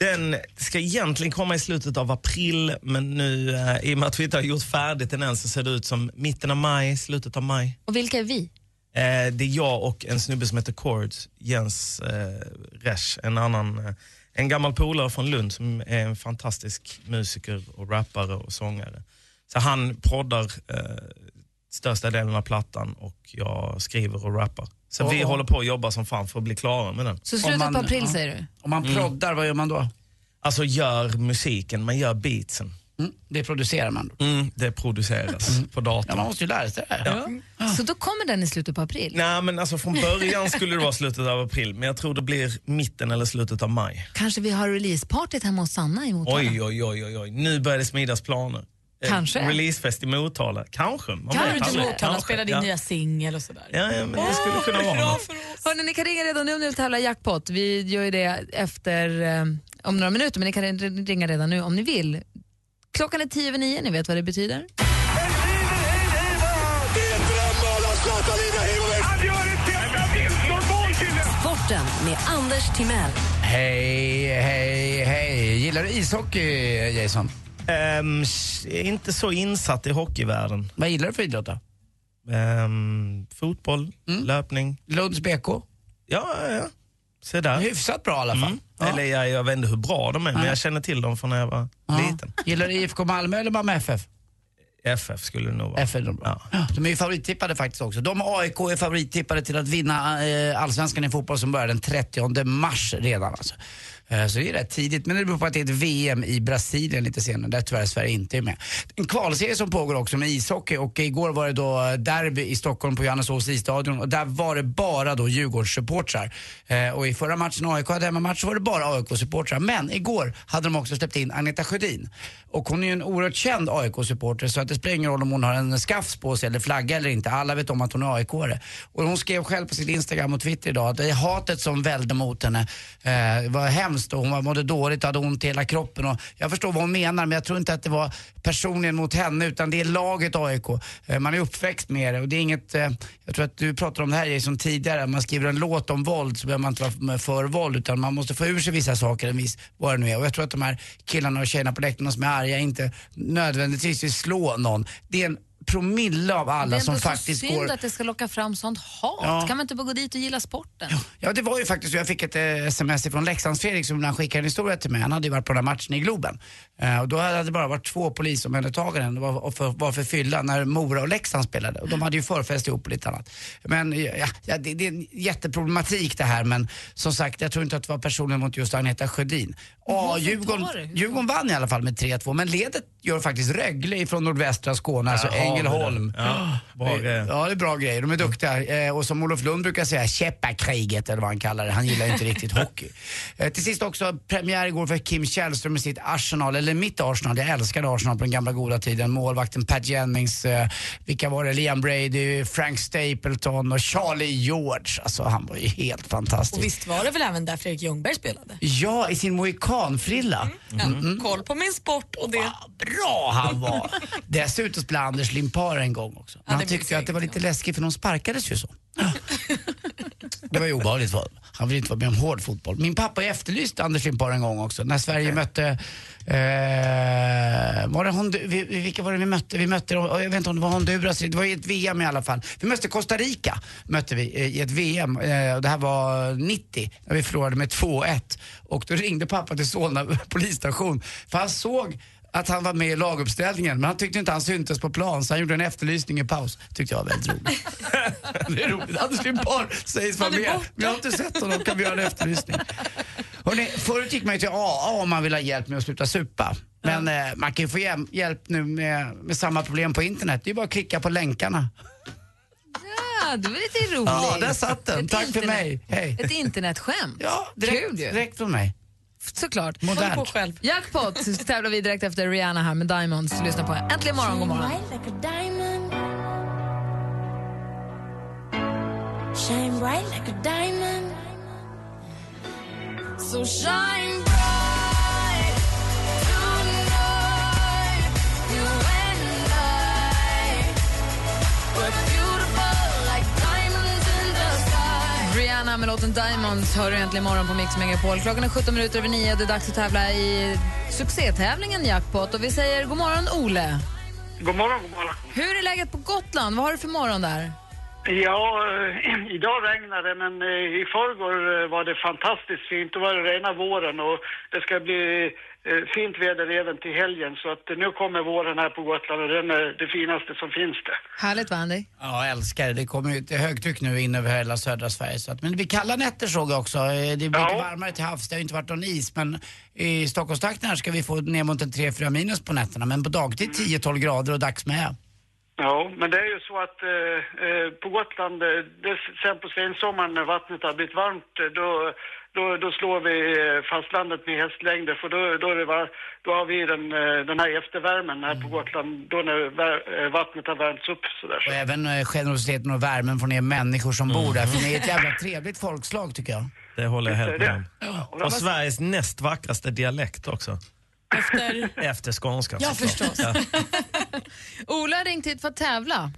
Den ska egentligen komma i slutet av april men nu eh, i och med att vi inte har gjort färdigt den än så ser det ut som mitten av maj, slutet av maj. Och vilka är vi? Eh, det är jag och en snubbe som heter Cords, Jens eh, Resch, en annan, eh, en gammal polare från Lund som är en fantastisk musiker och rappare och sångare. Så han proddar eh, största delen av plattan och jag skriver och rappar. Så vi Och- håller på att jobba som fan för att bli klara med den. Så slutet på april säger du? Om man Mm. proddar, vad gör man då? Alltså gör musiken, man gör beatsen. Mm, det producerar man då? Mm, det produceras Mm. på datorn. Ja, man måste ju lära sig det här. Ja. Så då kommer den i slutet på april? Nej men alltså från början skulle det vara slutet av april men jag tror det blir mitten eller slutet av maj. Kanske vi har releasepartyt hemma hos Sanna i Motala? Oj, oj, oj, oj, oj. nu börjar det smidas planer. Eh, Kanske. Releasefest i Motala, kanske. Man Kan vet du inte aldrig. Motala Kanske. spela din ja. nya singel och sådär? Ja, ja, men det skulle kunna vara något. Hörrni, ni kan ringa redan nu om ni vill tävla i jackpot. Vi gör ju det efter eh, om några minuter, men ni kan re- ringa redan nu om ni vill. Klockan är tio över nio, ni vet vad det betyder. Sporten med Anders Timell. Hej, hej, hej. Gillar du ishockey, Jason? Ehm, sh- jag är inte så insatt i hockeyvärlden. Ehm, Vad gillar du för idrott då? fotboll, Mm. löpning. Lunds BK? Ja, ja, ja. Se där. Hyfsat bra i alla fall. Mm. Eller jag, jag vet inte hur bra de är, men Nej. jag känner till dem från när jag var liten. Gillar du IFK Malmö eller Malmö FF? FF skulle det nog vara. FF är de bra. De är ju favorittippade faktiskt också. De och AIK är favorittippade till att vinna eh, allsvenskan i fotboll som börjar den 30 mars redan alltså. Eh, Så det är rätt tidigt, men det beror på att det är ett VM i Brasilien lite senare, där tyvärr Sverige inte är med. En kvalserie som pågår också med ishockey och igår var det då derby i Stockholm på Johanneshovs isstadion och där var det bara då Djurgårdssupportrar. Eh, Och i förra matchen AIK hade hemmamatch så var det bara AIK-supportrar. Men igår hade de också släppt in Agneta Sjödin. Och hon är ju en oerhört känd AIK-supporter så att det spelar ingen roll om hon har en skaffs på sig eller flagga eller inte. Alla vet om att hon är AIK-are. Och hon skrev själv på sitt Instagram och Twitter idag att det är hatet som välde mot henne eh, var hemskt och hon var- mådde dåligt och hade ont i hela kroppen. Och jag förstår vad hon menar men jag tror inte att det var personligen mot henne utan det är laget AIK. Eh, man är uppväxt med det och det är inget, eh, jag tror att du pratade om det här Jason tidigare, man skriver en låt om våld så behöver man inte vara för våld utan man måste få ur sig vissa saker, en viss, vad det nu är. Och jag tror att de här killarna och tjejerna på läktarna som är arga inte nödvändigtvis vill slå någon. Det är en promille av alla som faktiskt synd går... att det ska locka fram sånt hat. Ja. Kan man inte bara gå dit och gilla sporten? Ja, det var ju faktiskt, jag fick ett eh, sms från Leksands-Fredrik som ibland skickade en historia till mig. Han hade ju varit på den här matchen i Globen. Eh, och då hade det bara varit två polisomhändertaganden, det var och för, var för fylla, när Mora och Leksand spelade. Och de hade ju förfest ihop och lite annat. Men ja, ja, det, det är en jätteproblematik det här, men som sagt, jag tror inte att det var personen mot just Agneta Sjödin. Ja, Djurgården, Djurgården vann i alla fall med 3-2, men ledet gör faktiskt Rögle från nordvästra Skåne, alltså Jaha, Ängelholm. det där. <gasps> Ja, bra grejer. Ja, det är bra grejer. De är duktiga. Eh, och som Olof Lund brukar säga, käppakriget eller vad han kallar det. Han gillar ju inte riktigt <laughs> hockey. Eh, till sist också premiär igår för Kim Källström med sitt Arsenal, eller mitt Arsenal. Jag älskade Arsenal på den gamla goda tiden. Målvakten Pat Jennings, eh, vilka var det? Liam Brady, Frank Stapleton och Charlie George. Alltså han var ju helt fantastisk. Och visst var det väl även där Fredrik Ljungberg spelade? Ja, i sin mohikanfrilla. Ja, Mm, mm. Koll på min sport och det. bra han var! Dessutom spelade Anders Limpar en gång också. Men han tyckte ju att det var lite läskigt för de sparkades ju så. Det var ju obehagligt. för honom. Han vill inte vara med om hård fotboll. Min pappa efterlyste Anders Limpar en gång också när Sverige mötte... Eh, var det Hondu- vi, vilka var det vi mötte? Vi mötte, oh, jag vet inte om det var Honduras, det var i ett VM i alla fall. Vi mötte Costa Rica mötte vi eh, i ett VM. Eh, och det här var 90 när vi förlorade med 2-1. Och då ringde pappa till Solna <laughs> polisstation för han såg att han var med i laguppställningen men han tyckte inte han syntes på plan så han gjorde en efterlysning i paus. Tyckte jag var väldigt roligt. Det är roligt. Anders Limpar sägs vara Han är med. borta. Men jag har inte sett honom. Kan vi göra en efterlysning? Hörrni, förut gick man ju till AA om man ville ha hjälp med att sluta supa. Men eh, man kan ju få hjäl- hjälp nu med, med samma problem på internet. Det är ju bara att klicka på länkarna. Ja, det var lite roligt. Ja, där satt den. Ett Tack för mig. Hej. Ett internetskämt. Ja, direkt, Kul ju. direkt från mig. Såklart. Modernt. Håll på själv. Jackpot så tävlar vi direkt efter Rihanna här med Diamonds. Lyssna på Äntligen morgon, god morgon. Shine bright like a diamond. Shine bright like a diamond. So shine bright tonight. You and I were beautiful like diamonds in the sky. Rihanna med låten Diamonds hör du äntligen morgon på Mix Megapol. Klockan är 17 minuter över 9 det är dags att tävla i succétävlingen Jackpot. Och vi säger god morgon Ole. God morgon, god morgon. Hur är läget på Gotland? Vad har du för morgon där? Ja, eh, idag regnar det, men eh, i förrgår eh, var det fantastiskt fint. Då var det rena våren och det ska bli eh, fint väder även till helgen. Så att eh, nu kommer våren här på Gotland och den är det finaste som finns det. Härligt va Andy? Ja, jag älskar det. Det kommer ju ett högtryck nu in över hela södra Sverige. Så att, men det blir kalla nätter såg jag också. Eh, Det blir lite varmare till havs. Det har ju inte varit någon is. Men i Stockholmstrakten här ska vi få ner mot en 3-4 minus på nätterna. Men på dagtid 10-12 grader och dagsmö. Ja, men det är ju så att eh, eh, på Gotland, eh, det, sen på sensommaren när vattnet har blivit varmt, eh, då, då, då slår vi eh, fastlandet med hästlängder för då, då, är det var, då har vi den, eh, den här eftervärmen här på Gotland, då när vär, eh, vattnet har värmts upp sådär. Och även eh, generositeten och värmen från er människor som bor Mm. där. För ni är ett jävla trevligt folkslag tycker jag. Det håller jag helt med om. Och Och Sveriges näst vackraste dialekt också. Efter? Efter skånska. <laughs> Ja, såklart. förstås. Ola har ringt hit för att tävla.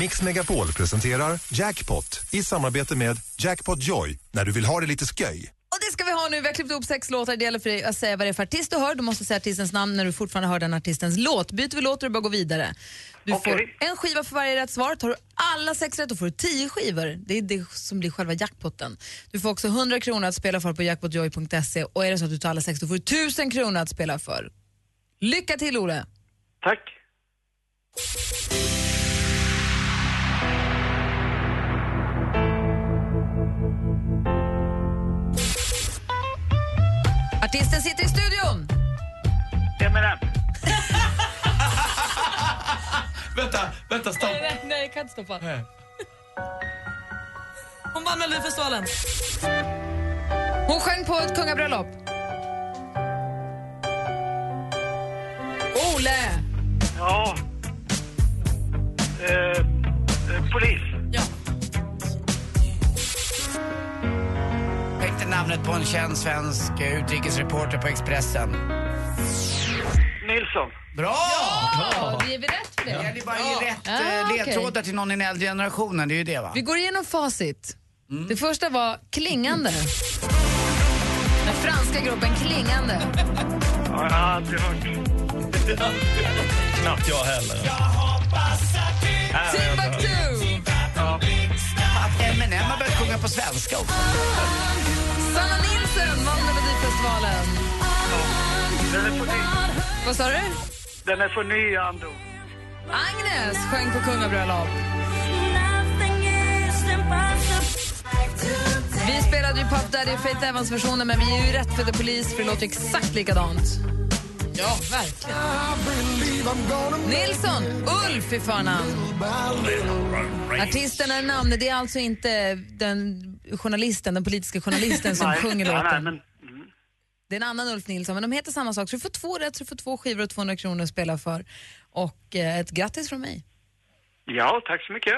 Mix Megapol presenterar Jackpot i samarbete med Jackpot Joy när du vill ha det lite sköj. Och det ska vi ha nu. Vi har klippt ihop sex låtar. Det gäller för dig att säga vad det är för artist du hör. Du måste säga artistens namn när du fortfarande hör den artistens låt. Byter vi låt och du bara går vidare. Du Okej. får en skiva för varje rätt svar. Tar du alla sex rätt då får du tio skivor. Det är det som blir själva jackpotten. Du får också 100 kronor att spela för på jackpotjoy.se och är det så att du tar alla sex då får du 1000 kronor att spela för. Lycka till Ole! Tack! Artisten sitter i studion! Vem är det? Vänta, vänta, stopp. Nej, nej, nej, jag kan inte stoppa. Hon vann Melodifestivalen. Hon sjöng på ett kungabröllop. Ole! Ja. Eh, eh, polis. Tänkte namnet på en känd svensk eh, utrikesreporter på Expressen. Nilsson. Bra! Ja, det ger vi rätt för det. Ja, det är bara att ge rätt Ah, eh, okej. ledtrådar till någon i den äldre generationen, det är ju det va? Vi går igenom facit. Det första var klingande. Den franska gruppen klingande. Ja, jag har aldrig hört. <laughs> Knappt jag heller. Jag hoppar Eminem har börjat sjunga på svenska också. Sanna Nilsson vann Melodifestivalen. Den är för ny. Vad sa du? Den är för ny, Ando. Agnes sjöng på kungabröllop. Vi spelade ju Puff Daddy och Faith Evans-versionen men vi är ju rätt för The Police för det låter ju exakt likadant. Ja, verkligen. Nilsson, Ulf i förnamn. Artisten är namnet, det är alltså inte den journalisten, den politiska journalisten som Nej, sjunger nej, låten. nej, men- Det är en annan Ulf Nilsson, men de heter samma sak. Så du får två rätt, så du får två skivor och 200 kronor att spela för. Och eh, ett grattis från mig. Ja, tack så mycket.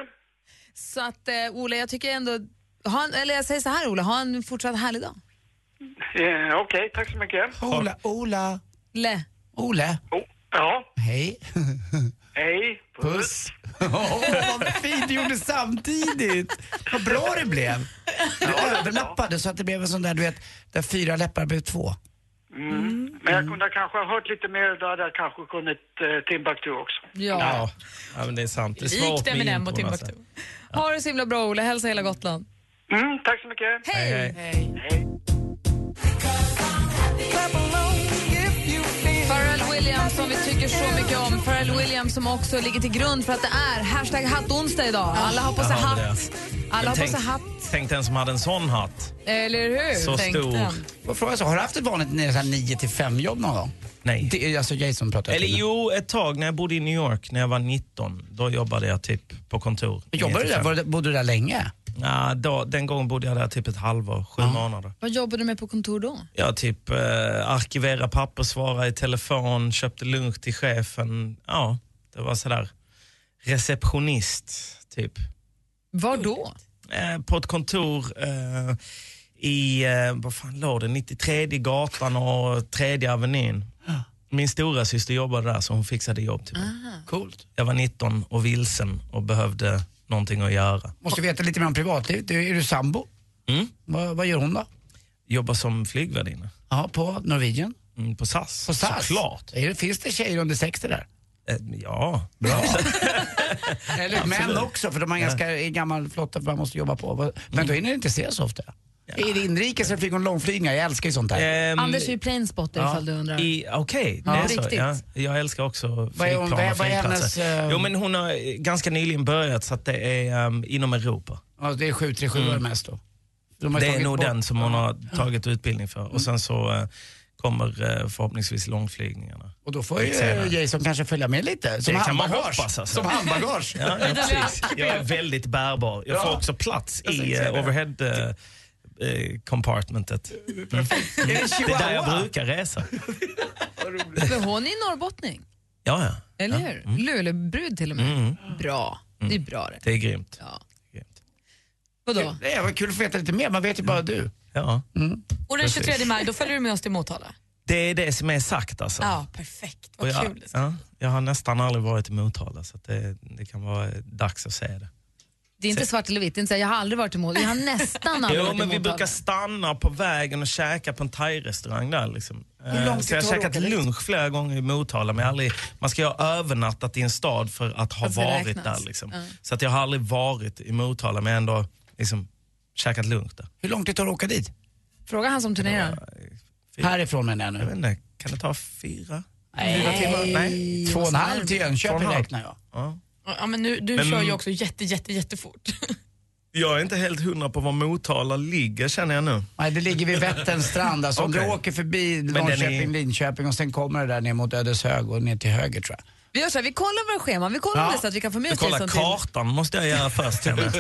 Så att eh, Ola, jag tycker ändå... Ha en, eller jag säger så här Ola, ha en fortsatt härlig dag. Eh, Okej, tack så mycket. Oh, Ola, Ola. Le. Ole. Ja, Hej. hej. Puss. <laughs> Åh, vad fint du gjorde samtidigt. Vad bra det blev. Du överlappade så att det blev en sån där, du vet, där fyra läppar blev två. Mm. Men jag kunde kanske ha hört lite mer, då hade jag kanske kunnat eh, Timbuktu också. Ja. ja, men det är sant. Det är Likt svårt med Eminem och impon, Timbuktu. alltså. Ha det så himla bra Ola, hälsa hela Gotland. Mm, tack så mycket. Hej! Hej, Pharrell Williams som vi tycker så mycket om. Pharrell Williams som också ligger till grund för att det är hashtag hattonsdag idag. Alla har på sig Jag hörde hatt. det. Alla har Men på tänk, sig hatt. Tänk den som hade en sån hatt. Eller hur? Så Tänk stor. den. Får jag fråga så, har du haft ett vanligt ni- så här nio till fem jobb någon gång? Nej. Det, är alltså Jason pratar jag Eller till nu. jo, ett tag när jag bodde i New York när jag var 19, då jobbade jag typ på kontor. Jobbade du där? Var du- Bodde du där länge? Ja, då, den gången bodde jag där typ ett halvår, sju månader. Vad jobbar du med på kontor då? Jag typ eh, arkivera papper, svara i telefon, köpte lunch till chefen. Ja, det var sådär receptionist typ. Var då? Mm. Eh, på ett kontor eh, i, eh, vad fan låg det, 93 gatan och 3 avenyn. Min stora syster jobbade där så hon fixade jobb till mig. Ah. Coolt. Jag var 19 och vilsen och behövde någonting att göra. Måste veta lite mer om privatlivet. Du- Är du sambo? Mm. Vad, vad gör hon då? Jobbar som flygvärdinna. Ja, på Norwegian? Mm, på SAS. På SAS? Såklart. Är det, finns det tjejer under 60 <laughs> där? Eh, Ja. <laughs> Bra. Eller män Absolut. också, för de har en Ja. ganska gammal flotta man måste jobba på. Vad- Men då hinner det inte se så ofta. Är det inrikes eller fick hon långflygningar? Jag älskar ju sånt där. Anders är ju planespotter ifall du undrar. i- Okej, Ja. det är så. Riktigt. Ja, jag älskar också Vad är hon- flygplan och vad är- vad är flygplatser. hennes, eh, Jo, men hon har eh, ganska nyligen börjat så att det är ehm, inom Europa. Ja, Alltså, det är 737 Mm. mest då. De har Det är tagit nog bort- den som hon har tagit utbildning för. Och sen så eh, kommer eh, förhoppningsvis långflygningarna. Och då får Lite senare. ju Jason kanske följa med lite. Som det kan man handbagage. hoppas alltså. Som <laughs> handbagage. ja, ja, precis. Jag är väldigt bärbar. Jag får Ja. också plats Ah, Jag i tänkte säga eh, det. overhead eh, eh, <laughs> compartmentet. Mm. Det är där jag brukar resa. För hon är norrbottning, Ja, ja. eller ja. mm. hur? Lulebrud till och med. Mm. Bra. Det är bra det. Det är grymt. Ja. Vadå? Det är kul att få veta lite mer, man vet ju Mm. bara du. Ja. Och den 23 Precis. maj, då följer du med oss till Motala? Det är det som är sagt alltså. Ja, perfekt. Och Vad jag, kul. Ja, jag har nästan aldrig varit i Motala så att det, det kan vara dags att se det. Det är inte svart eller vitt, det är inte så här, jag har aldrig varit emot. Jag har nästan aldrig Jo, varit men vi emot brukar alla. stanna på vägen och käka på en thai-restaurang där. Liksom. Hur Eh, långt Så jag har tar det att käkat åka dit? lunch flera gånger i Motala men jag har aldrig, man ska ju ha övernattat i en stad för att ha Att Alltså, det varit räknas. där. Liksom. Ja. Så att jag har aldrig varit i Motala men ändå liksom, käkat lunch där. Hur långt det tar att åka dit? Fråga han som turnerar. Härifrån menar jag nu. Jag vet inte, kan det ta fyra? Fyra timmar? Nej. Två och en halv till Två Jönköping och en halv. räknar jag. Ja. Ja, men nu, du Men- kör ju också jätte, jätte, jättefort. Jag är inte helt hundra på var Motala ligger känner jag nu. Nej, det ligger vid Vätterns strand. Alltså, Om du Okej. åker förbi den är- Norrköping, Linköping och sen kommer det där ner mot Ödeshög och ner till höger tror jag. Vi gör så här, vi kollar våra scheman, vi kollar om det är så att vi kan få med Jag oss kollar Jason till. kartan måste jag göra först. <laughs> Henne.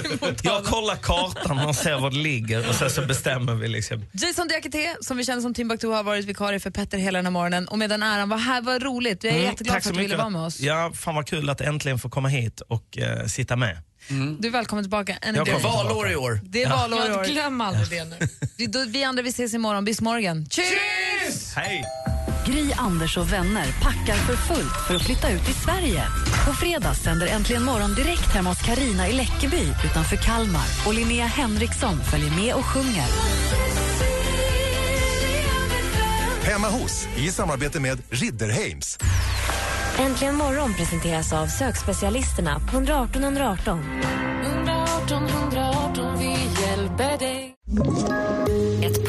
jag kollar kartan och ser var det ligger och sen så bestämmer vi. Liksom. Jason Diakité, som vi känner som Timbuktu, har varit vikarie för Petter hela den här morgonen. Och med den äran, var här, vad roligt. Jag är Mm, jätteglad för att du ville vara med oss. Ja, fan vad kul att äntligen få komma hit och eh, sitta med. Du är välkommen tillbaka. än en Jag gång. kommer tillbaka. Valår i år. Det är Ja. valår i år. Glöm aldrig det nu. <laughs> Vi, då, vi andra, vi ses imorgon. Bis morgon. Cheers! Hej! Gry, Anders och vänner packar för fullt för att flytta ut i Sverige. På fredag sänder Äntligen morgon direkt hemma hos Karina i Läckeby utanför Kalmar. Och Linnea Henriksson följer med och sjunger. Hemma hos i samarbete med Ridderheims. Äntligen morgon presenteras av sökspecialisterna på 118 118. 118 118 Ett